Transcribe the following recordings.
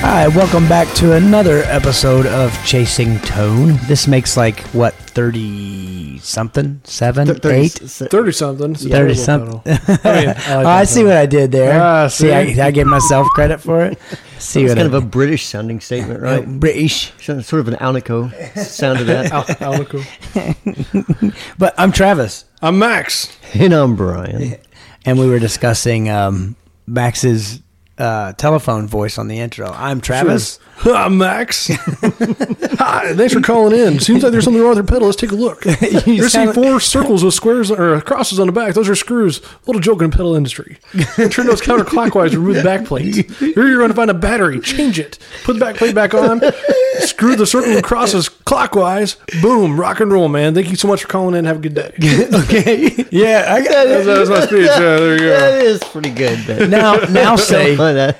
Hi, welcome back to another episode of Chasing Tone. This makes like what thirty something, seven, Th- thirty- eight. s- Thirty something. It's a Thirty terrible something. title. I, mean, I, Oh, like I that see title. what I did there. Ah, see, see? I, I give myself credit for it. See It's what kind of I, a British sounding statement, you know, right? British. So- Sort of an Alnico sound to that. Al- Alnico. But I'm Travis, I'm Max. And I'm Brian. and we were discussing um, Max's uh, telephone voice on the intro. I'm Travis. Sure. I'm Max. Hi, thanks for calling in. Seems like there's something wrong with your pedal. Let's take a look. You see sound- four circles with squares or crosses on the back. Those are screws. Little joke in the pedal industry. Turn those counterclockwise. Remove the back plate. Here you're going to find a battery. Change it. Put the back plate back on. Screw the circle and crosses clockwise. Boom. Rock and roll, man. Thank you so much for calling in. Have a good day. okay. Yeah, I got That's, that's my speech. Yeah, there you go. That is pretty good, but Now, now say. Oh, that-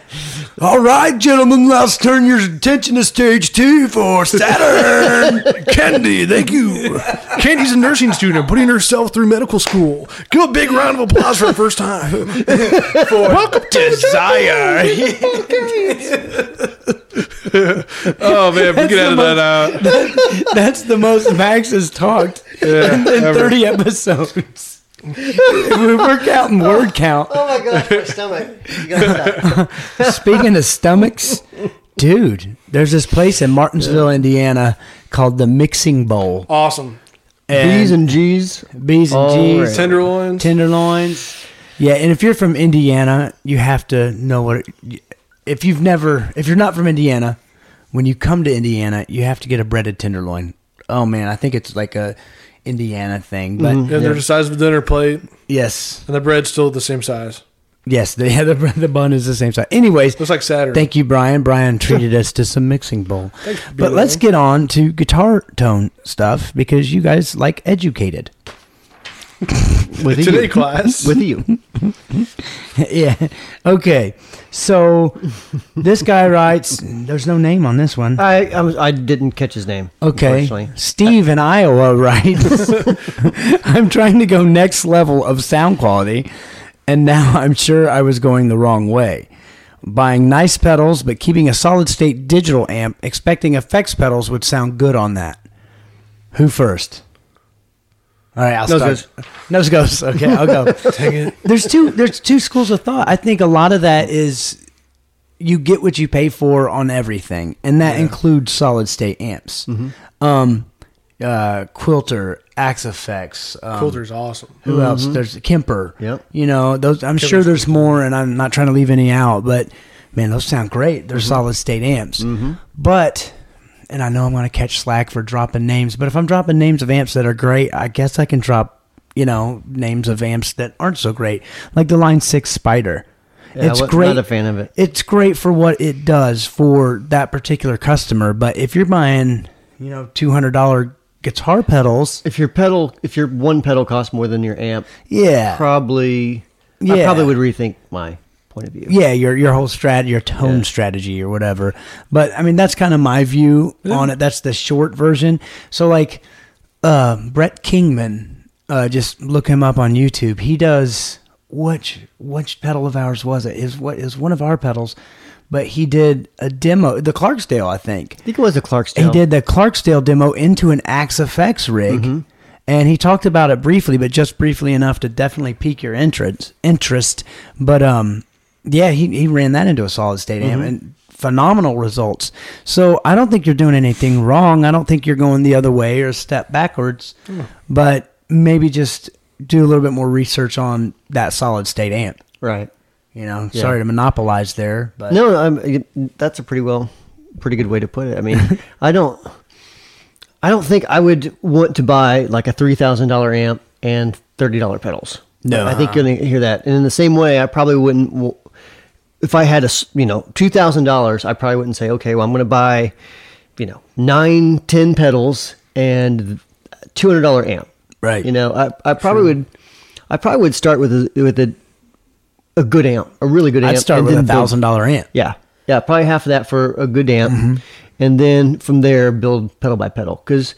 All right, gentlemen, let's turn your attention to stage two for Saturn. Candy, thank you. Candy's a nursing student putting herself through medical school. Give a big round of applause for her first time. Welcome to Desire. oh man, we get out of that uh, out. That's the most Max has talked in, in 30 episodes. we are counting word count. oh my gosh, my stomach. You gotta stop. Speaking of stomachs, dude, there's this place in Martinsville, Indiana called the Mixing Bowl. Awesome. B's and G's. Bees and All G's, right. Tenderloins. tenderloins. Yeah, and if you're from Indiana, you have to know what. It, if you've never, if you're not from Indiana, when you come to Indiana, you have to get a breaded tenderloin. Oh man, I think it's like a Indiana thing, but yeah, they're the size of a dinner plate, yes, and the bread's still the same size. yes, the yeah, the, bre- the bun is the same size. Anyways, Looks like Saturn. thank you, Brian. Brian treated us to some mixing bowl, Thanks, but B-Lo. let's get on to guitar tone stuff because you guys like educated. With Today, you. class. With you. yeah. Okay. So this guy writes. There's no name on this one. I, I, was, I didn't catch his name. Okay. unfortunately. Steve in Iowa writes. I'm trying to go next level of sound quality, and now I'm sure I was going the wrong way. Buying nice pedals, but keeping a solid state digital amp, expecting effects pedals would sound good on that. Who first? All right, I'll Nose start. Nose goes. Okay, I'll go. There's two. There's two schools of thought. I think a lot of that is you get what you pay for on everything, and that includes solid state amps, um, uh, Quilter, Axe Effects, um, Quilter's awesome. Who else? There's Kemper. Mm-hmm. Yep. You know those. I'm sure there's more, and I'm not trying to leave any out, but man, those sound great. Mm-hmm. They're solid state amps, but. And I know I'm going to catch slack for dropping names, but if I'm dropping names of amps that are great, I guess I can drop, you know, names of amps that aren't so great, like the Line Six Spider. Yeah, I it's wasn't- great. Not a fan of it. It's great for what it does for that particular customer, but if you're buying, you know, two hundred dollar guitar pedals, If your pedal, if your one pedal costs more than your amp, yeah, probably, I Yeah. probably would rethink my point of view. yeah, your your whole strat, your tone Yeah. strategy or whatever. But I mean, that's kind of my view on it. That's the short version. So like, uh, Brett Kingman, uh, just look him up on YouTube. He does which which pedal of ours was it? Is what is one of our pedals, but he did a demo, the Clarksdale, I think. I think it was a Clarksdale. He did the Clarksdale demo into an Axe FX rig, Mm-hmm. and he talked about it briefly, but just briefly enough to definitely pique your interest. Interest, but um, yeah, he he ran that into a solid state amp Mm-hmm. and phenomenal results. So I don't think you're doing anything wrong. I don't think you're going the other way or a step backwards, Hmm. but maybe just do a little bit more research on that solid state amp. Right. You know, Yeah. sorry to monopolize there, but No, I'm, that's a pretty well, pretty good way to put it. I mean, I don't, I don't think I would want to buy like a three thousand dollar amp and thirty dollar pedals. No. I think you're going to hear that. And in the same way, I probably wouldn't. w- If I had a, s- you know, two thousand dollars, I probably wouldn't say, okay, well, I'm going to buy, you know, nine, ten pedals and two hundred dollar amp. Right. You know, I, I probably would, I probably would start with a, with a, a good amp, a really good amp. I'd start and with a then build- thousand dollar amp. yeah. Yeah. Probably half of that for a good amp. Mm-hmm. And then from there, build pedal by pedal. Because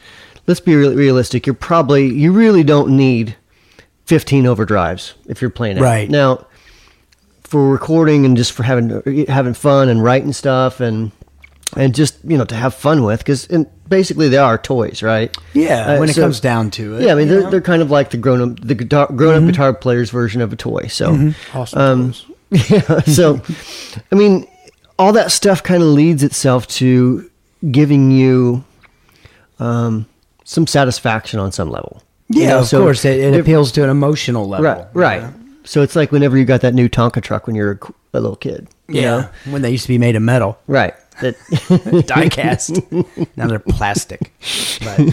let's be real realistic. You're probably, you really don't need 15 overdrives if you're playing it. Right. Now, for recording and just for having having fun and writing stuff and and just you know to have fun with because basically they are toys, right? Yeah, Uh, when it so- comes down to it. Yeah, I mean you they're, know? they're kind of like the grown up the guitar, grown Mm-hmm. up guitar player's version of a toy. So um, Awesome. toys. yeah, so I mean all that stuff kind of leads itself to giving you um, some satisfaction on some level. You yeah, know, of so course, it, it if- appeals to an emotional level. Right, right. So it's like whenever you got that new Tonka truck when you were a qu- a little kid. Yeah, when they used to be made of metal, Right. That die cast. now they're plastic, but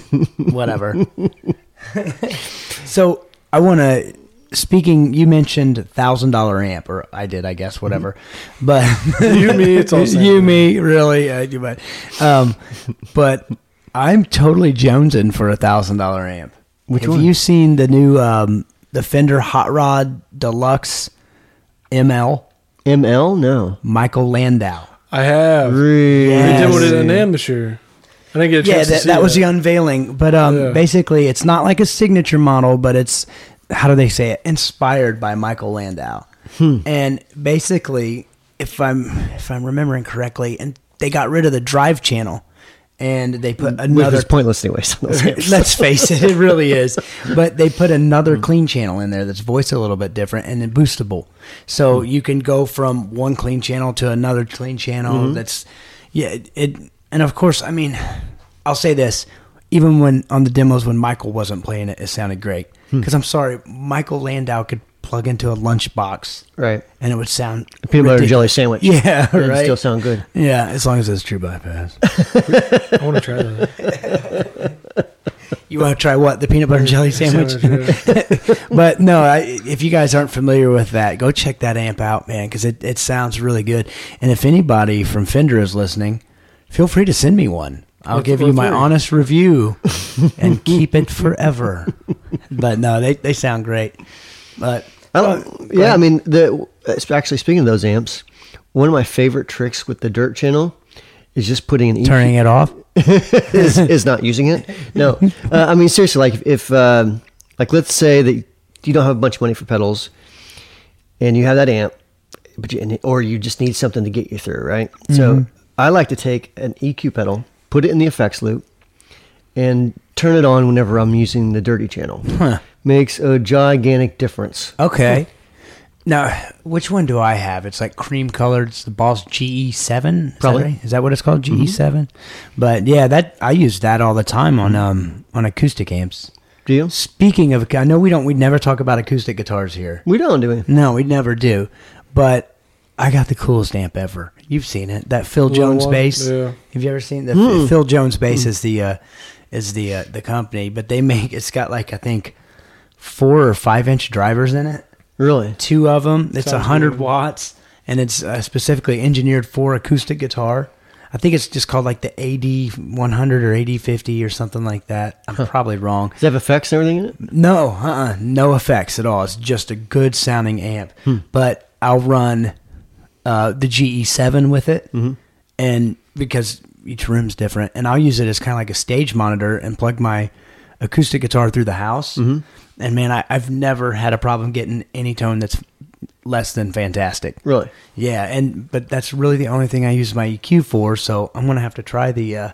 whatever. so I want to. Speaking, you mentioned thousand dollar amp, or I did, I guess, whatever. But You, me, it's all the same. you, me, really. Uh, you might. Um, but I'm totally jonesing for a thousand dollar amp. Which Have one? you seen the new um, the Fender Hot Rod Deluxe ML ML no. Michael Landau? I have. Really? They Yes. did one at NAM this year. I didn't get a chance yeah, to that, see that was the unveiling. But um, Yeah. basically, it's not like a signature model, but it's how do they say it? Inspired by Michael Landau. And basically, if I'm if I'm remembering correctly, and they got rid of the drive channel, and they put Which another was pointless anyways. Let's face it, it really is. But they put Mm-hmm. another clean channel in there that's voiced a little bit different and then boostable. So Mm-hmm. you can go from one clean channel to another clean channel Mm-hmm. that's yeah, it, it and of course, I mean, I'll say this, even when on the demos when Michael wasn't playing it, it sounded great. Hmm. Cuz I'm sorry, Michael Landau could plug into a lunchbox right. and it would sound Peanut butter ridic- and jelly sandwich. Yeah, It'd right. still sound good. Yeah, as long as it's true bypass. I want to try that. You want to try what? The peanut butter and jelly sandwich? Sandwich, yeah. but no, I, if you guys aren't familiar with that, go check that amp out, man, because it, it sounds really good. And if anybody from Fender is listening, feel free to send me one. I'll Let's give go you my through. honest review and keep it forever. but no, they, they sound great. But I don't, yeah, I mean, the it's actually speaking of those amps, one of my favorite tricks with the dirt channel is just putting an EQ turning it off. is, is not using it. No, uh, I mean seriously, like if um, like let's say that you don't have much money for pedals, and you have that amp, but you, and, or you just need something to get you through, right? So Mm-hmm. I like to take an EQ pedal, put it in the effects loop, and turn it on whenever I'm using the dirty channel. Huh. Uh, Makes a gigantic difference. Okay. Now, which one do I have? It's like cream colored. It's the Boss GE7. Is Probably. that right? is that what it's called? GE7. But yeah, that I use that all the time on um on acoustic amps. Do you? Speaking of, I know we don't, we never talk about acoustic guitars here. We don't do it. No, we never do. But I got the coolest amp ever. You've seen it, that Phil Little Jones one, bass. yeah. Hmm. Have you ever seen the Phil Jones bass? Is the uh, is the uh, the company, but they make it's got like I think four or five inch drivers in it Really? two of them. It's a Sounds hundred good. watts, and it's uh, specifically engineered for acoustic guitar. I think it's just called like the AD 100 or AD 50 or something like that. I'm probably wrong. Does it have effects and everything in it? No, uh-uh, no effects at all. It's just a good sounding amp. But I'll run uh, the GE7 with it, and because each room's different, and I'll use it as kind of like a stage monitor and plug my acoustic guitar through the house. And man, I, I've never had a problem getting any tone that's less than fantastic. Really? Yeah, and but that's really the only thing I use my EQ for. So I'm gonna have to try the uh,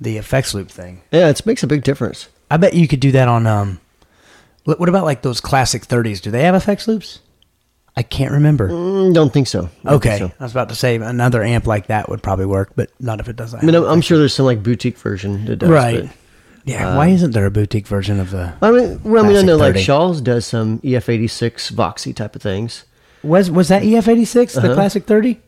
the effects loop thing. Yeah, it makes a big difference. I bet you could do that on um. wh- What about like those classic 30s? Do they have effects loops? I can't remember. Mm, don't think so. Don't think Okay, so. I was about to say another amp like that would probably work, but not if it doesn't. I mean, I'm, I'm sure there's some like boutique version that does. right. but- uh, Yeah. why isn't there a boutique version of the? I mean, well, I mean, I Classic know like 30. Shaw's does some EF86 Voxy type of things. Was was that EF86 Uh-huh. the classic 30?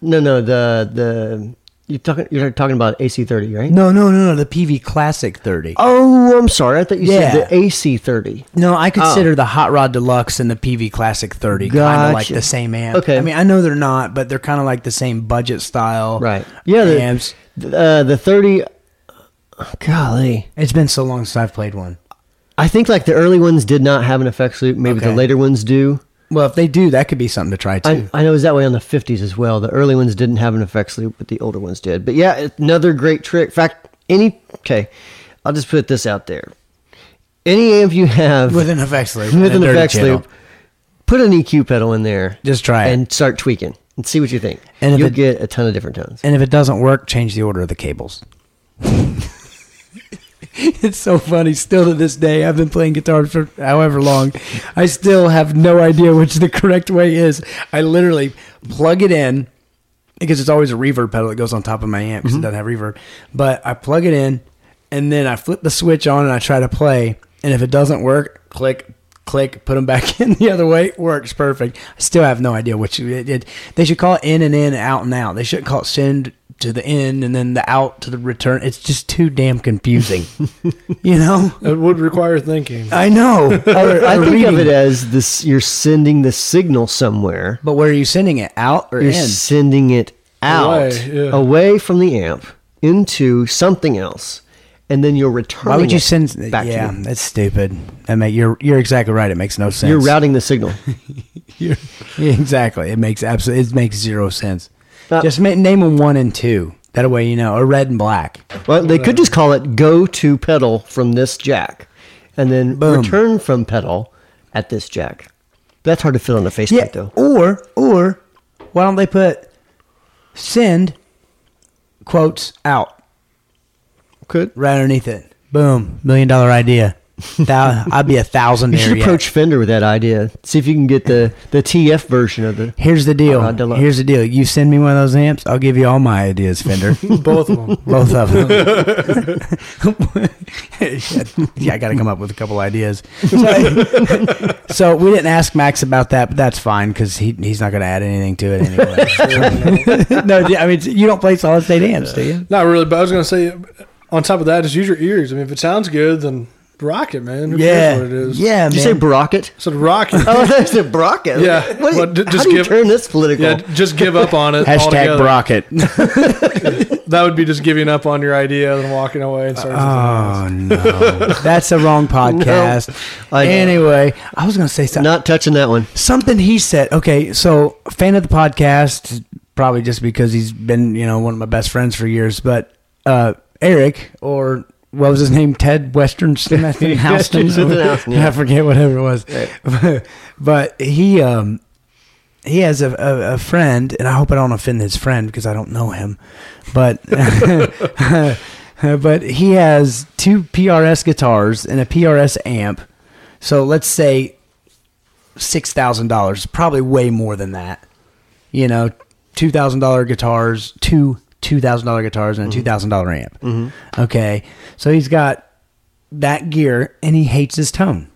No, no, the the you talking you're talking about AC30, right? No, no, no, no. The PV Classic 30. Oh, I'm sorry. I thought you Yeah. said the AC30. No, I Oh. consider the Hot Rod Deluxe and the PV Classic 30 kind of like Gotcha. the same amp. Okay. I mean, I know they're not, but they're kind of like the same budget style. Right. Yeah. The, amps. th- uh, the 30. Golly, It's been so long since I've played one. I think like the early ones did not have an effects loop. Maybe the Okay. later ones do. Well, if they do, that could be something to try too. I, I know it was that way on the 50s as well. The early ones didn't have an effects loop, but the older ones did. But yeah, it- another great trick. In fact, any, okay, I'll just put this out there. Any amp you have with an effects loop. and with a an dirty effects channel. loop, put an EQ E pedal in there. Just try it. And start tweaking. and see what you think. And if You'll it- get a ton of different tones. And if it doesn't work, change the order of the cables. it's so funny. Still to this day, I've been playing guitar for however long. I still have no idea which the correct way is. I literally plug it in because it's always a reverb pedal that goes on top of my amp because it doesn't have reverb. But I plug it in and then I flip the switch on and I try to play. And if it doesn't work, click, click, put them back in the other way. Works perfect. I still have no idea which it, it They should call it in and in, out and out. They shouldn't call it send to the in and then the out to the return. It's just too damn confusing. you know? It would require thinking. I know. Or- I or think of reading. it as this: you're sending the signal somewhere. But where are you sending it? Out or You're in? sending it out Away, yeah. away from the amp into something else, and then you're returning. Why would you it send? back to yeah, you. that's stupid. I mean, you're you're exactly right. It makes no sense. You're routing the signal. Yeah, exactly. It makes absolutely. It makes zero sense. Uh, Just ma- name them one and two. That way you know, or red and black. Well, they could just call it go to pedal from this jack and then Boom. return from pedal at this jack. That's hard to fit on a Facebook, though. Or or why don't they put send quotes out Could. right underneath it? Boom, million dollar idea. Thou, I'd be a thousand. You should approach Fender with that idea. See if you can get the, the TF version of the. Here's the deal. Alright, deluxe. Here's the deal. You send me one of those amps, I'll give you all my ideas, Fender. Both of them. Both of them. yeah, I got to come up with a couple ideas. So, so we didn't ask Max about that, but that's fine because he, he's not going to add anything to it anyway. no, I mean, you don't play solid state amps, do you? Not really, but I was going to say, on top of that, just use your ears. I mean, if it sounds good, then rock it, man. Who Yeah. cares what it is? Yeah, Did man. you say Brocket? So rock it. Oh, that's a Brocket. Yeah. What, Well, d- how just do you give- turn this political? Yeah, just give up on it. Hashtag altogether. Brocket. That would be just giving up on your idea and walking away and starting. Oh, no. That's the wrong podcast. I know. anyway, I was going to say something. Not touching that one. something he said. Okay, so fan of the podcast, probably just because he's been you know one of my best friends for years. But uh, Eric or what was his name, Ted Western Smith Houston, Westernhouston, yeah. I forget whatever it was. but he um, he has a, a, a friend, and I hope I don't offend his friend because I don't know him, but. But he has two PRS guitars and a PRS amp. So let's say six thousand dollars, probably way more than that. You know, two thousand dollar guitars, two two thousand dollar guitars, and a Mm-hmm. thousand dollar amp. Okay, so he's got that gear, and he hates his tone.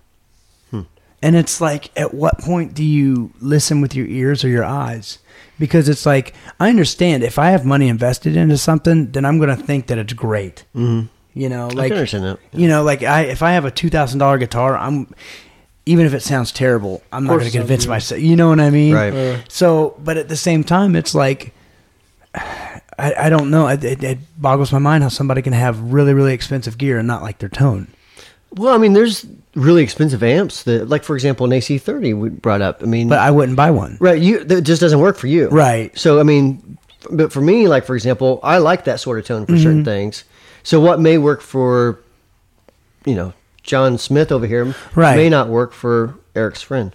Hmm. And it's like, at what point do you listen with your ears or your eyes? Because it's like, I understand if I have money invested into something, then I'm going to think that it's great. Mm-hmm. You know, like, understand that, yeah. you know, like I, if I have a $2,000 guitar, I'm, even if it sounds terrible, I'm not course going to it sounds convince good. myself. You know what I mean? Right. Yeah. So, but at the same time, it's like, I, I don't know. It, it, it boggles my mind how somebody can have really, really expensive gear and not like their tone. Well, I mean, there's really expensive amps that, like, for example, an AC30 we brought up. I mean, But I wouldn't buy one. Right, you that just doesn't work for you. Right. So I mean, f- but for me, like for example, I like that sort of tone for Mm-hmm. certain things. So what may work for, you know, John Smith over here, Right. may not work for Eric's friend.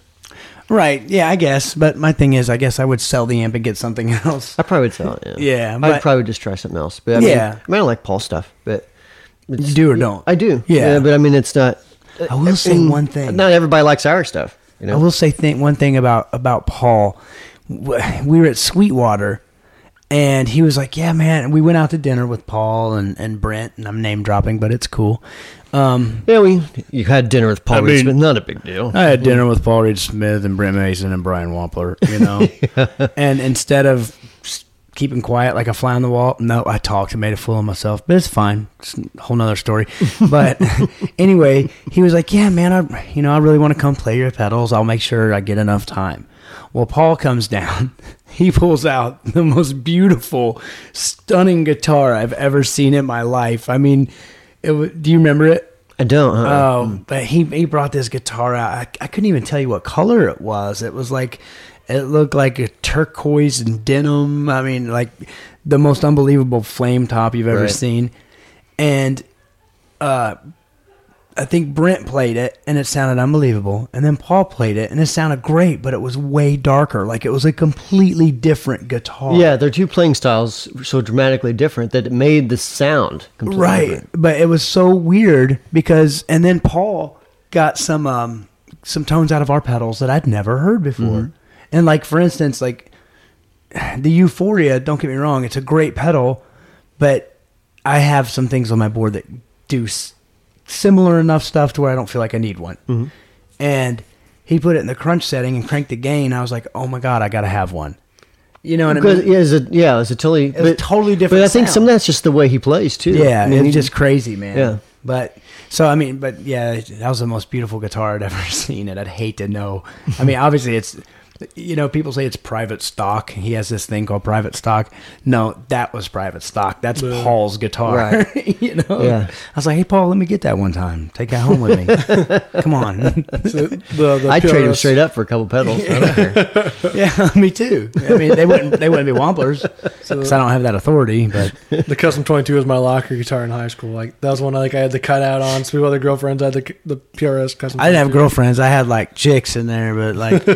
Right. Yeah, I guess. But my thing is, I guess I would sell the amp and get something else. I probably would sell it. Yeah, Yeah, I'd but- probably just try something else. But I Yeah. mean, I, mean, I don't like Paul stuff, but You do or don't? I do. Yeah. but I mean, it's not. I will say mean, one thing. Not everybody likes our stuff. You know, I will say th- one thing about about Paul. W- We were at Sweetwater, and he was like, "Yeah, man." And we went out to dinner with Paul and and Brent, and I'm name dropping, but it's cool. Um, yeah, we you had dinner with Paul, Reed Smith, not a big deal. I had dinner with Paul Reed Smith and Brent Mason and Brian Wampler, you know. And instead of s- keeping quiet like a fly on the wall, no, I talked and made a fool of myself, but it's fine. It's a whole nother story. But anyway, he was like, Yeah, man, I, you know, I really want to come play your pedals. I'll make sure I get enough time. Well, Paul comes down. He pulls out the most beautiful, stunning guitar I've ever seen in my life. I mean, it, wa- do you remember it? I don't. uh, Huh? Oh, but he he brought this guitar out. I, I couldn't even tell you what color it was. It was like it looked like a turquoise and denim. I mean, like the most unbelievable flame top you've ever Right. seen. And uh I think Brent played it and it sounded unbelievable, and then Paul played it and it sounded great, but it was way darker. Like it was a completely different guitar. Yeah, their two playing styles were so dramatically different that it made the sound completely right different. but it was so weird because and then paul got some um some tones out of our pedals that i'd never heard before Mm-hmm. and like for instance like the euphoria don't get me wrong it's a great pedal but i have some things on my board that do s- similar enough stuff to where i don't feel like i need one Mm-hmm. and he put it in the crunch setting and cranked the gain i was like oh my god i gotta have one you know what i Because mean yeah, it's a, yeah, it's a totally was totally different But I think sound. some of that's just the way he plays too. Yeah, I mean, he- it's just crazy, man. Yeah. But so I mean, but yeah, that was the most beautiful guitar I'd ever seen, and I'd hate to know. I mean, obviously, it's you know people say it's private stock. He has this thing called private stock. No, that was private stock. That's Paul's guitar. you know. Yeah. I was like, hey, Paul, let me get that one time. Take that home with me. Come on. So the, the I'd trade him PRS straight up for a couple pedals. I don't care. yeah, me too. I mean, they wouldn't they wouldn't be Wamplers because I don't have that authority. But The custom twenty two was my locker guitar in high school. Like that was one I, like I had the cutout on. Some other girlfriends had the the PRS custom. I didn't have 22, girlfriends. I had like chicks in there, but like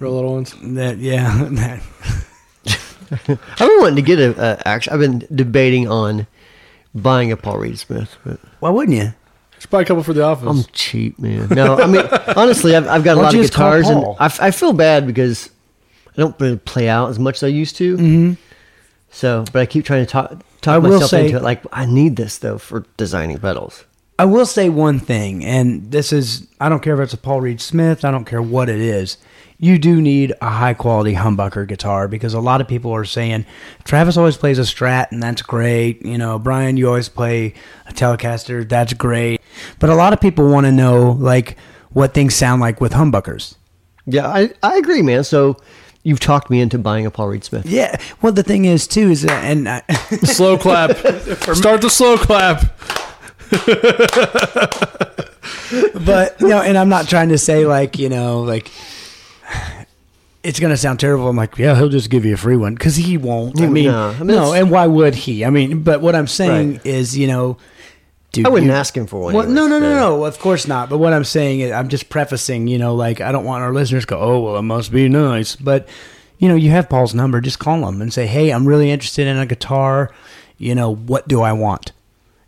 real little ones. that. Yeah. That, I've been wanting to get a, a actually. I've been debating on buying a Paul Reed Smith, but why wouldn't you? Just buy a couple for the office. Um. I'm cheap, man. No, I mean honestly, I've, I've got a Why lot don't you of just call guitars, and Paul? I, f- I feel bad because I don't really play out as much as I used to. Mm-hmm. So, but I keep trying to talk I talk will myself say- into it. Like I need this though for designing pedals. I will say one thing, and this is I don't care if it's a Paul Reed Smith, I don't care what it is. You do need a high quality humbucker guitar because a lot of people are saying Travis always plays a Strat and that's great. You know, Brian, you always play a Telecaster, that's great. But a lot of people want to know like what things sound like with humbuckers. Yeah, I, I agree, man. So you've talked me into buying a Paul Reed Smith. Yeah. Well, the thing is too is that, and I, slow clap. Start the slow clap. but you know, and I'm not trying to say like you know like it's gonna sound terrible. I'm like, yeah, he'll just give you a free one because he won't. I Yeah, mean, no, no, I mean, it's- and why would he? I mean, but what I'm saying Right. is, you know, dude, I wouldn't you- ask him for one. Well, no, no, anyways, no, but- no. Of course not. But what I'm saying is, I'm just prefacing. You know, like I don't want our listeners to go, oh well, it must be nice. But you know, you have Paul's number. Just call him and say, hey, I'm really interested in a guitar. You know, what do I want?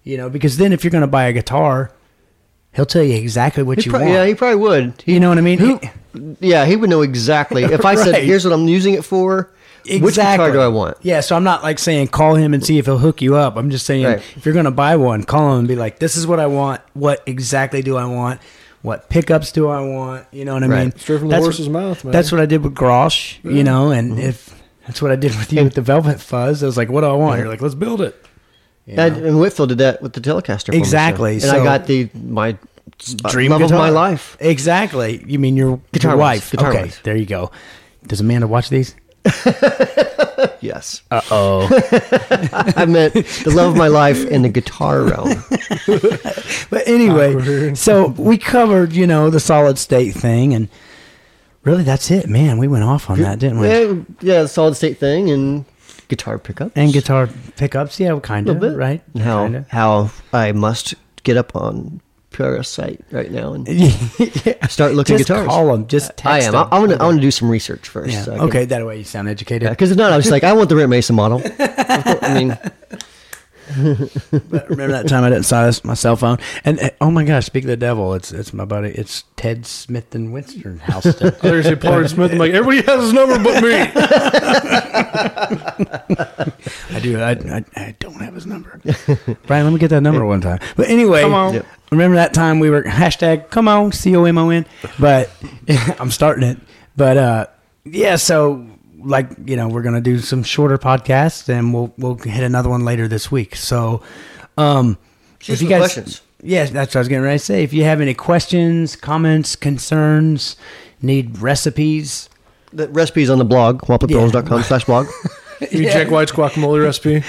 You know, because then if you're going to buy a guitar, he'll tell you exactly what He you prob- want. yeah, he probably would. You know what I mean? Who- Yeah, he would know exactly. If I said, Right. "Here's what I'm using it for," which guitar do I want? Yeah, so I'm not like saying call him and see if he'll hook you up. I'm just saying Right. if you're going to buy one, call him and be like, "This is what I want. What exactly do I want? What pickups do I want?" You know what I Right. mean? Straight from the That's- horse's mouth, man. Mm-hmm. That's what I did with Grosh, you know, and if that's what I did with you with the Velvet Fuzz, I was like, "What do I want?" You're like, "Let's build it." You I- know? and Whitfield did that with the Telecaster. for me, so- Exactly, And so- I got the my dream dream uh, love guitar. of my life. Exactly. You mean your Guitar your wise, wife? guitar okay, wise. there you go. Does Amanda watch these? Yes, Uh oh. I meant the love of my life in the guitar realm. But anyway, so we covered, you know, the solid state thing, and really that's it, man. We went off on that, didn't we? yeah, yeah, the solid state thing and guitar pickup And guitar pickups, yeah, kind a little of, bit, right? And How Kinda. how I must get up on PRS site right now and yeah. start looking Just guitars. call them. Just text I am. I, them. I want to. I want to do some research first. Yeah. so I can- okay, that way you sound educated. Because if not, I was like, I want the Rent Mason model. I mean, But remember that time I didn't silence my cell phone? And uh, oh my gosh, speak of the devil, it's it's my buddy, it's Ted Smith and Winston Houston. I was gonna say Paul Reed Smith. I'm like everybody has his number but me. I do. I, I, I don't have his number. Brian, let me get that number one time. But anyway, Come on. Yep. remember that time we were hashtag come on, C O M O N. But I'm starting it. But uh, yeah, so like, you know, we're going to do some shorter podcasts and we'll, we'll hit another one later this week. So, um, Shoot some questions. Yes, that's what I was getting ready to say. If you have any questions, comments, concerns, need recipes, the recipes on the blog, wampapills.com slash blog. You Jack White's guacamole recipe.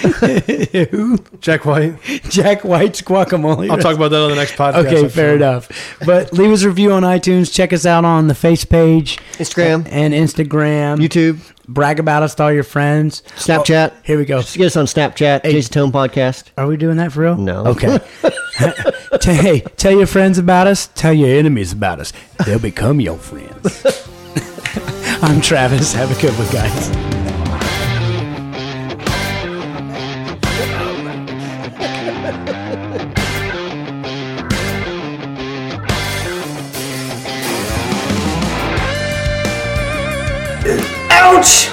Jack White. Jack White's guacamole. I'll talk about that on the next podcast. Okay, I'm fair sure. enough. But leave us a review on iTunes. Check us out on the face page, Instagram. and Instagram. YouTube. Brag about us to all your friends. Snapchat. Oh, here we go. Just get us on Snapchat, Jason Tone Podcast. Are we doing that for real? No. Okay. T- hey, tell your friends about us. Tell your enemies about us. They'll become your friends. I'm Travis. Have a good one, guys. Ouch!